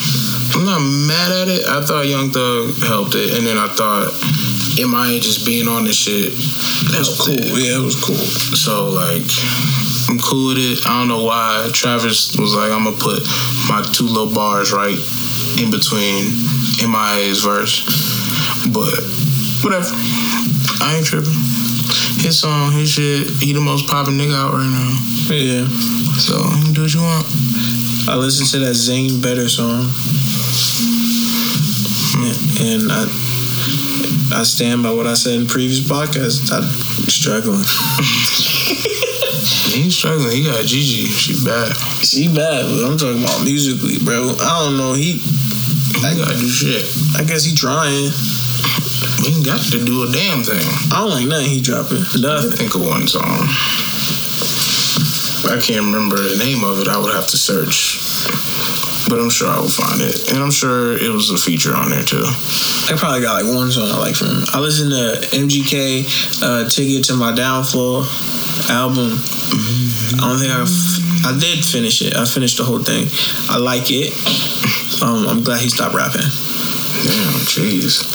[SPEAKER 2] I'm not mad at it. I thought Young Thug helped it, and then I thought MIA just being on this shit. That's cool.
[SPEAKER 1] Yeah, it was cool.
[SPEAKER 2] So like, I'm cool with it. I don't know why Travis was like, I'm gonna put my two little bars right in between MIA's verse, but whatever. I ain't tripping. His song, his shit. He the most popping nigga out right now.
[SPEAKER 1] Yeah.
[SPEAKER 2] So you can do what you want.
[SPEAKER 1] I listened to that Zane Better song. And and I I stand by what I said in previous podcasts. I'm struggling.
[SPEAKER 2] He's struggling. He got Gigi. She bad.
[SPEAKER 1] She bad, but I'm talking about musically, bro. I don't know. He
[SPEAKER 2] He gotta do shit.
[SPEAKER 1] I guess he trying.
[SPEAKER 2] He ain't got to do a damn thing.
[SPEAKER 1] I don't like nothing he dropping.
[SPEAKER 2] I
[SPEAKER 1] Nothing.
[SPEAKER 2] think of one song. I can't remember the name of it. I would have to search. But I'm sure I will find it. And I'm sure it was a feature on there too.
[SPEAKER 1] I probably got like one song I like from him. I listened to MGK uh, "Ticket to My Downfall" album. I don't think I. f- I did finish it. I finished the whole thing. I like it. Um, I'm glad he stopped rapping.
[SPEAKER 2] Damn, jeez.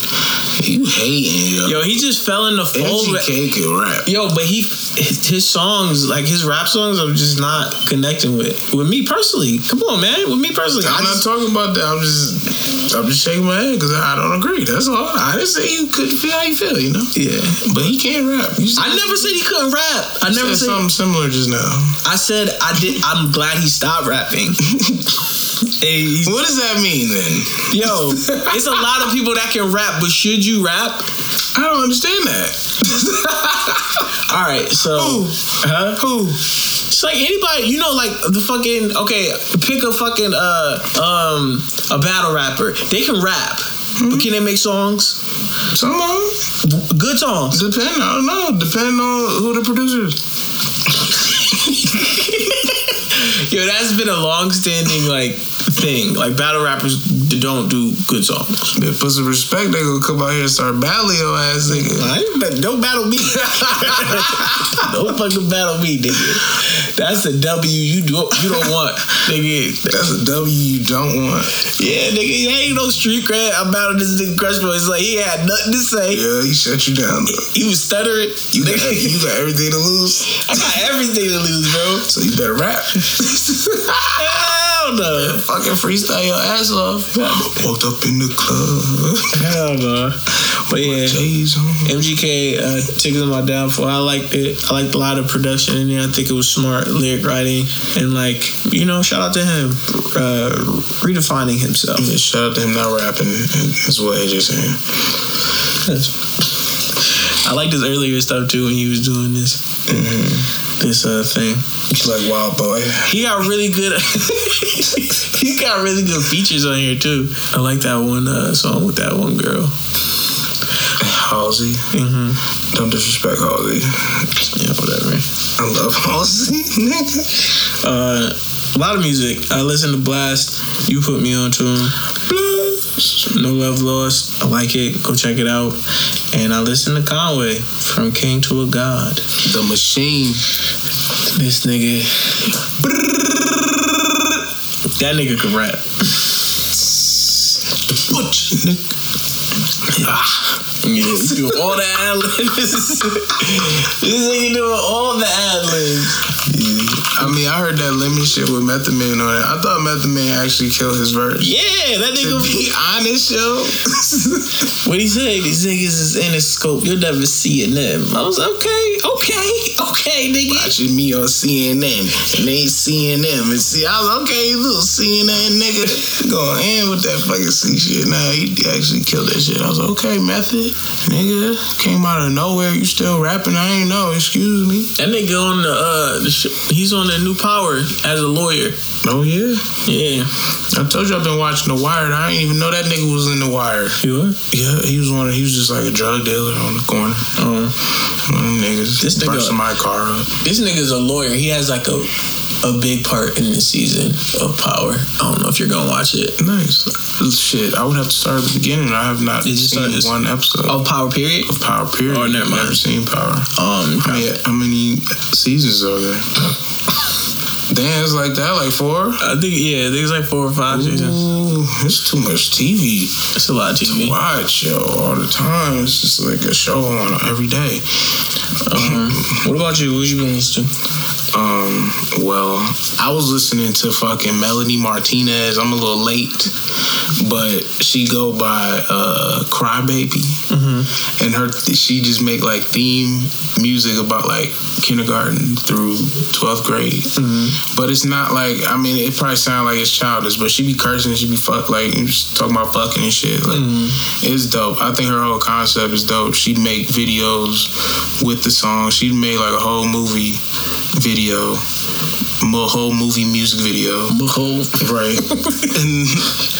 [SPEAKER 2] You hating, yo.
[SPEAKER 1] Yo, he just fell in the fold.
[SPEAKER 2] MGK can rap.
[SPEAKER 1] Yo, but he his his songs like his rap songs. I'm just not connecting with with me personally. Come on, man. With me personally, I
[SPEAKER 2] I'm not
[SPEAKER 1] just-
[SPEAKER 2] talking about that. I'm just, I'm just shaking my head because I don't agree. That's all. I didn't say you couldn't feel how you feel, you know.
[SPEAKER 1] yeah.
[SPEAKER 2] But he can't rap. You
[SPEAKER 1] I never said he couldn't rap. I never
[SPEAKER 2] said
[SPEAKER 1] said.
[SPEAKER 2] something similar just now.
[SPEAKER 1] I said I did. I'm glad he stopped rapping. Hey, he's
[SPEAKER 2] What does that mean then?
[SPEAKER 1] Yo, it's a lot of people that can rap, but should you rap?
[SPEAKER 2] I don't understand that.
[SPEAKER 1] All right, so
[SPEAKER 2] Who?
[SPEAKER 1] huh? Who? It's like anybody, you know, like the fucking okay, pick a fucking uh um a battle rapper. They can rap, but can they make songs?
[SPEAKER 2] Some of 'em.
[SPEAKER 1] Good songs.
[SPEAKER 2] Depend, I don't know. Depend on who the producer is.
[SPEAKER 1] Yo, that's been a long-standing like thing. Like battle rappers d- don't do good songs.
[SPEAKER 2] They put some respect, they gonna come out here and start battling your ass, nigga.
[SPEAKER 1] I ain't bet- don't battle me. don't fucking battle me, nigga. That's a W you do you don't want, nigga.
[SPEAKER 2] That's a W you don't want.
[SPEAKER 1] Yeah, nigga, that ain't no street cred. I'm battling this nigga Crush Boy. It's like he had nothing to say.
[SPEAKER 2] Yeah, he shut you down though.
[SPEAKER 1] He was stuttering.
[SPEAKER 2] You got,
[SPEAKER 1] nigga,
[SPEAKER 2] you got everything to lose,
[SPEAKER 1] I got everything to lose, bro.
[SPEAKER 2] so you better rap.
[SPEAKER 1] Hell no.
[SPEAKER 2] Fucking freestyle your ass off. Walked up in the club.
[SPEAKER 1] Hell no. But yeah.
[SPEAKER 2] J's on.
[SPEAKER 1] MGK uh, took it to my downfall. I liked it. I liked a lot of production in there. I think it was smart lyric writing and like you know, shout out to him uh, redefining himself.
[SPEAKER 2] Yeah, shout out to him not rapping. That's what AJ saying.
[SPEAKER 1] I liked his earlier stuff too when he was doing this
[SPEAKER 2] Mm-hmm.
[SPEAKER 1] this uh, thing.
[SPEAKER 2] He's like wild boy.
[SPEAKER 1] He got really good. he got really good features on here too. I like that one uh, song with that one girl.
[SPEAKER 2] Halsey.
[SPEAKER 1] hmm
[SPEAKER 2] Don't disrespect Halsey.
[SPEAKER 1] Yeah, whatever.
[SPEAKER 2] I love Halsey, nigga.
[SPEAKER 1] Uh, a lot of music. I listen to Blast. You put me on to him. No Love Lost. I like it. Go check it out. And I listen to Conway from King to a God.
[SPEAKER 2] The machine.
[SPEAKER 1] This nigga. That nigga could rap.
[SPEAKER 2] Butch, nigga.
[SPEAKER 1] Ah, Yeah, he's doing all the ad libs. this nigga doing all the ad libs.
[SPEAKER 2] I mean, I heard that lemon shit with Method Man on it. I thought Method Man actually killed his verse.
[SPEAKER 1] Yeah, that
[SPEAKER 2] To
[SPEAKER 1] nigga.
[SPEAKER 2] be honest, yo,
[SPEAKER 1] What he said? These niggas is in a scope. You'll never see it. Them. I was okay, okay, okay, nigga.
[SPEAKER 2] watching me on CNN and they CNN and see, I was okay, little CNN nigga, going in with that fucking C shit. Nah, he actually killed that shit. I was like, okay, Method, nigga, came out of nowhere. You still rapping? I ain't know. Excuse me.
[SPEAKER 1] That nigga on the uh, the sh- he's on the new power as a lawyer.
[SPEAKER 2] Oh yeah,
[SPEAKER 1] Yeah,
[SPEAKER 2] I told you I've been watching The Wire. And I didn't even know that nigga was in The Wire.
[SPEAKER 1] you are.
[SPEAKER 2] Yeah, he was one. He was just like a drug dealer on the corner. Oh.
[SPEAKER 1] Um,
[SPEAKER 2] One of them niggas.
[SPEAKER 1] This nigga-
[SPEAKER 2] burst my car up.
[SPEAKER 1] this nigga's a lawyer. He has like a a big part in the season of Power. I don't know if you're gonna watch it.
[SPEAKER 2] Nice. Shit, I would have to start at the beginning. I have not
[SPEAKER 1] You just
[SPEAKER 2] seen
[SPEAKER 1] started-
[SPEAKER 2] one episode
[SPEAKER 1] Oh, Power period.
[SPEAKER 2] of Power Period.
[SPEAKER 1] Oh, never mind.
[SPEAKER 2] Never seen Power.
[SPEAKER 1] Um,
[SPEAKER 2] I mean, how many seasons are there? Damn, it's like that, like four.
[SPEAKER 1] I think Uh, yeah, I think it's like four or five seasons.
[SPEAKER 2] Ooh, it's too much TV.
[SPEAKER 1] It's a lot of TV.
[SPEAKER 2] Watch yo all the time. It's just like a show on every day.
[SPEAKER 1] Um, what about you? What you been listening to?
[SPEAKER 2] Um, well, I was listening to fucking Melanie Martinez. I'm a little late, but she go by uh, Crybaby, and her she just make like theme music about like kindergarten through 12th grade. But it's not like I mean it probably sound like it's childish, but she be cursing, she be fuck like she talking about fucking and shit. Like it's dope. I think her whole concept is dope. She make videos with the song. She made like a whole movie video, a whole movie music video. Right. and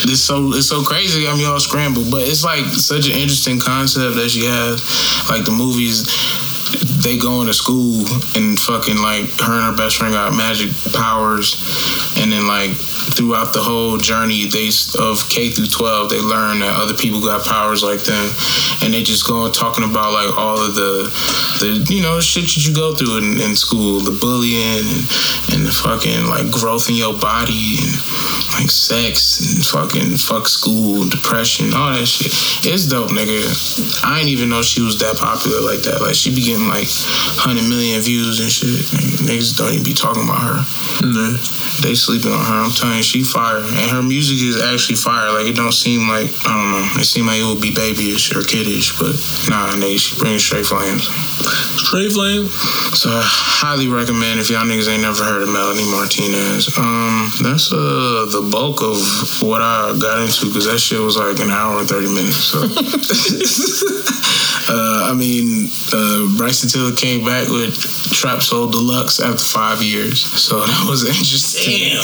[SPEAKER 2] it's so it's so crazy. I mean, all scrambled, but it's like such an interesting concept that she has. Like the movies, they going to school and fucking like her and her best friend got magic powers, and then like throughout the whole journey they of K through twelve they learn that other people got powers like them, and they just go on talking about like all of the the you know shit that you go through in, in school, the bullying and, and the fucking like growth in your body and like sex and fucking fuck school, depression, all that shit. It's dope, nigga. I didn't even know she was that popular like that. Like she be getting like hundred million views and shit. Niggas don't even be talking about her. They sleeping on her. I'm telling you, she fire, and her music is actually fire. Like it don't seem like I don't know. It seemed like it would be babyish or kiddish, but nah, nigga, she brings straight flames.
[SPEAKER 1] Trey Flame.
[SPEAKER 2] So I highly recommend if y'all niggas ain't never heard of Melanie Martinez. Um, that's uh the bulk of what I got into because that shit was like an hour and thirty minutes. So. Uh, I mean, uh, Bryson Tiller came back with Trap Soul Deluxe after five years, so that was interesting.
[SPEAKER 1] Damn.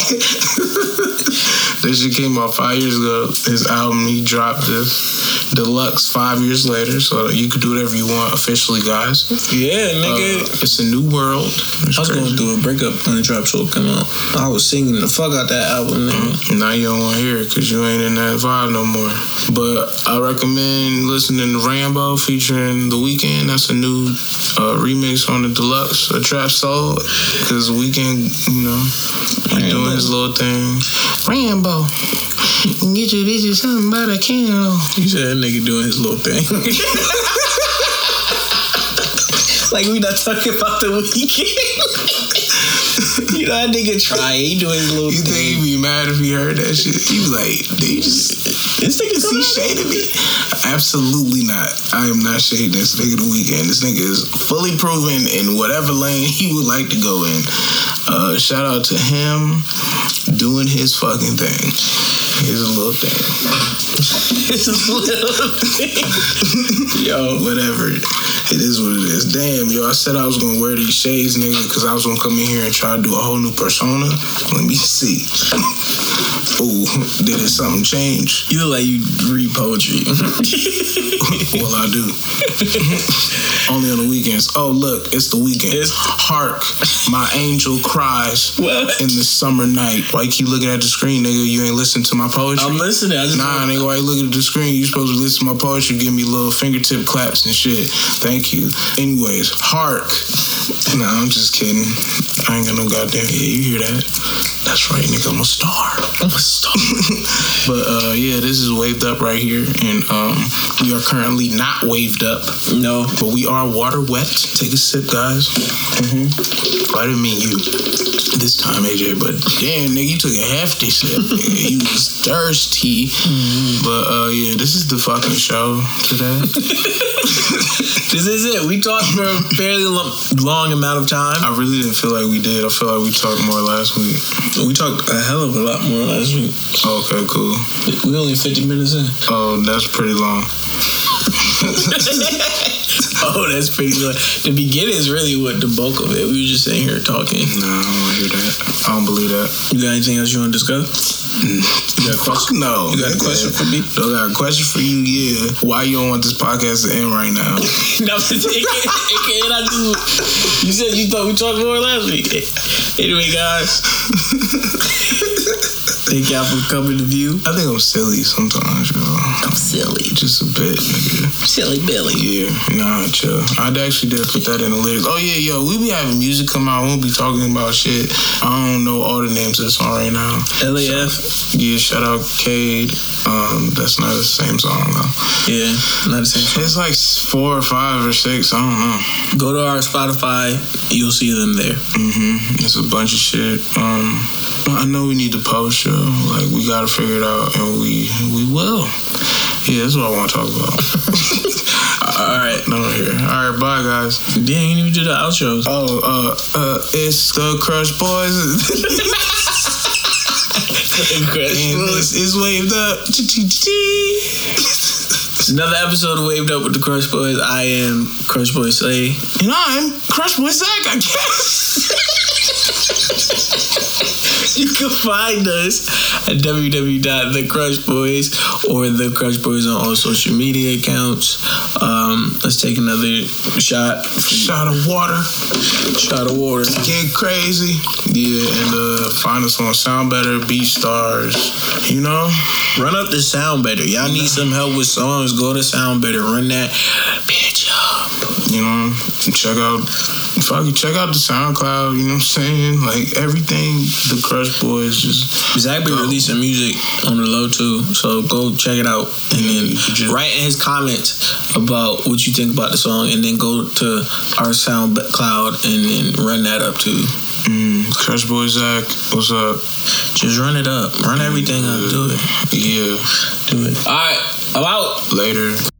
[SPEAKER 2] this shit came out five years ago. His album he dropped, the deluxe five years later, so you can do whatever you want officially, guys.
[SPEAKER 1] Yeah,
[SPEAKER 2] Uh,
[SPEAKER 1] nigga.
[SPEAKER 2] it's a new world. It's
[SPEAKER 1] I was
[SPEAKER 2] crazy.
[SPEAKER 1] going through a breakup when the drop show come out. I was singing the fuck out that album, nigga.
[SPEAKER 2] Now you don't want to hear it because you ain't in that vibe no more. But I recommend listening to Rambo featuring The Weeknd. That's a new uh, remix on the deluxe, a trap soul. Because Weeknd, you know, he doing his little thing. Rambo, get your bitches something but I can't.
[SPEAKER 1] You said that nigga doing his little thing. like we not talking about the weekend. you know that nigga try. He doing his little
[SPEAKER 2] You
[SPEAKER 1] thing.
[SPEAKER 2] think he'd be mad if he heard that shit? He be like, did you just
[SPEAKER 1] this nigga
[SPEAKER 2] is he shading me? Absolutely not. I am not shading this nigga the weekend. This nigga is fully proven in whatever lane he would like to go in. Uh, shout out to him doing his fucking thing. His little thing.
[SPEAKER 1] It's his little thing. Yo,
[SPEAKER 2] Whatever. It is what it is. Damn, yo, I said I was gonna wear these shades, nigga, because I was gonna come in here and try to do a whole new persona. Let me see. Ooh, did it something change?
[SPEAKER 1] you look like you read poetry.
[SPEAKER 2] well, I do. Only on the weekends. Oh, look, it's the weekend.
[SPEAKER 1] It's-
[SPEAKER 2] Hark, my angel cries
[SPEAKER 1] What?
[SPEAKER 2] in the summer night. Why you keep looking at the screen, nigga? You ain't listening to my poetry.
[SPEAKER 1] I'm listening. I just
[SPEAKER 2] Nah, nigga, why you looking at the screen? You supposed to listen to my poetry, give me little fingertip claps and shit. Thank you. Anyways, hark. Nah, I'm just kidding. I ain't got no goddamn. Yeah, you hear that? That's right, nigga. I'm a star. I'm a star. but uh, yeah, this is waved up right here, and um, we are currently not waved up,
[SPEAKER 1] no.
[SPEAKER 2] but we are water wet. Take a sip, guys. Mm-hmm. I didn't mean you this time, AJ, but damn, nigga, you took a hefty sip. nigga. you was thirsty.
[SPEAKER 1] Mm-hmm.
[SPEAKER 2] But uh, yeah, this is the fucking show today.
[SPEAKER 1] This is it. We talked for a fairly lo- long amount of time.
[SPEAKER 2] I really didn't feel like we did. I feel like we talked more last week. Oh,
[SPEAKER 1] We talked a hell of a lot more last week.
[SPEAKER 2] Okay, cool.
[SPEAKER 1] We only 50 minutes in.
[SPEAKER 2] Oh, that's pretty long.
[SPEAKER 1] Oh, that's pretty good. The beginning is really what the bulk of it. We were just sitting here talking.
[SPEAKER 2] Nah, I don't want to hear that. I don't believe that.
[SPEAKER 1] You got anything else you want to discuss? You got a
[SPEAKER 2] Fuck
[SPEAKER 1] question?
[SPEAKER 2] no.
[SPEAKER 1] Mm. You got a question for me?
[SPEAKER 2] I got a question for you. Yeah, why you don't want this podcast to end right now?
[SPEAKER 1] no, it can't, it can't. I just, you said you thought we talked more last week. Anyway, guys, thank y'all for coming to view.
[SPEAKER 2] I think I'm silly sometimes, yo.
[SPEAKER 1] I'm silly,
[SPEAKER 2] Just a bit, nigga.
[SPEAKER 1] silly Billy.
[SPEAKER 2] Yeah, nah, chill. I actually did put that in the lyrics. Oh yeah, yo, we be having music come out. We'll be talking about shit. I don't know all the names of the song right now.
[SPEAKER 1] LAF.
[SPEAKER 2] Yeah, shout out Cade. Um, that's not the same song though.
[SPEAKER 1] Yeah, not the same.
[SPEAKER 2] It's like four or five or six. I don't know.
[SPEAKER 1] Go to our Spotify. You'll see them there.
[SPEAKER 2] Mm-hmm. It's a bunch of shit. Um, I know we need to post, yo. Like we gotta figure it out, and we we will. Yeah, that's what I want to talk about. all right, no here. All right, bye guys.
[SPEAKER 1] Dang, you didn't even do the outros.
[SPEAKER 2] Oh, uh, uh, it's the Crush Boys, and this is waved up.
[SPEAKER 1] It's another episode of Waved Up with the Crush Boys. I am Crush Boy Slay.
[SPEAKER 2] And I'm Crush Boy Zach, I guess.
[SPEAKER 1] You can find us at www.thecrushboys or The Crush Boys on all social media accounts. Um, let's take another shot.
[SPEAKER 2] Shot of water,
[SPEAKER 1] Shot of water.
[SPEAKER 2] get crazy. Yeah, and uh, find us on Sound Better, Beat Stars. You know,
[SPEAKER 1] Run up the sound better. Y'all need some help with songs. Go to sound better. Run that bitch up.
[SPEAKER 2] you know, check out, fuck it, check out the SoundCloud. You know what I'm saying? Like everything, the Crush Boys just.
[SPEAKER 1] Zach be
[SPEAKER 2] Go.
[SPEAKER 1] releasing music on the low too, so go check it out and then
[SPEAKER 2] You just-
[SPEAKER 1] write in his comments about what you think about the song, and then go to our SoundCloud and then run that up too.
[SPEAKER 2] Mm, Crush Boy Zach, what's up?
[SPEAKER 1] Just run it up. Run everything up. Do it.
[SPEAKER 2] Yeah,
[SPEAKER 1] Do it. All right. I'm out.
[SPEAKER 2] later.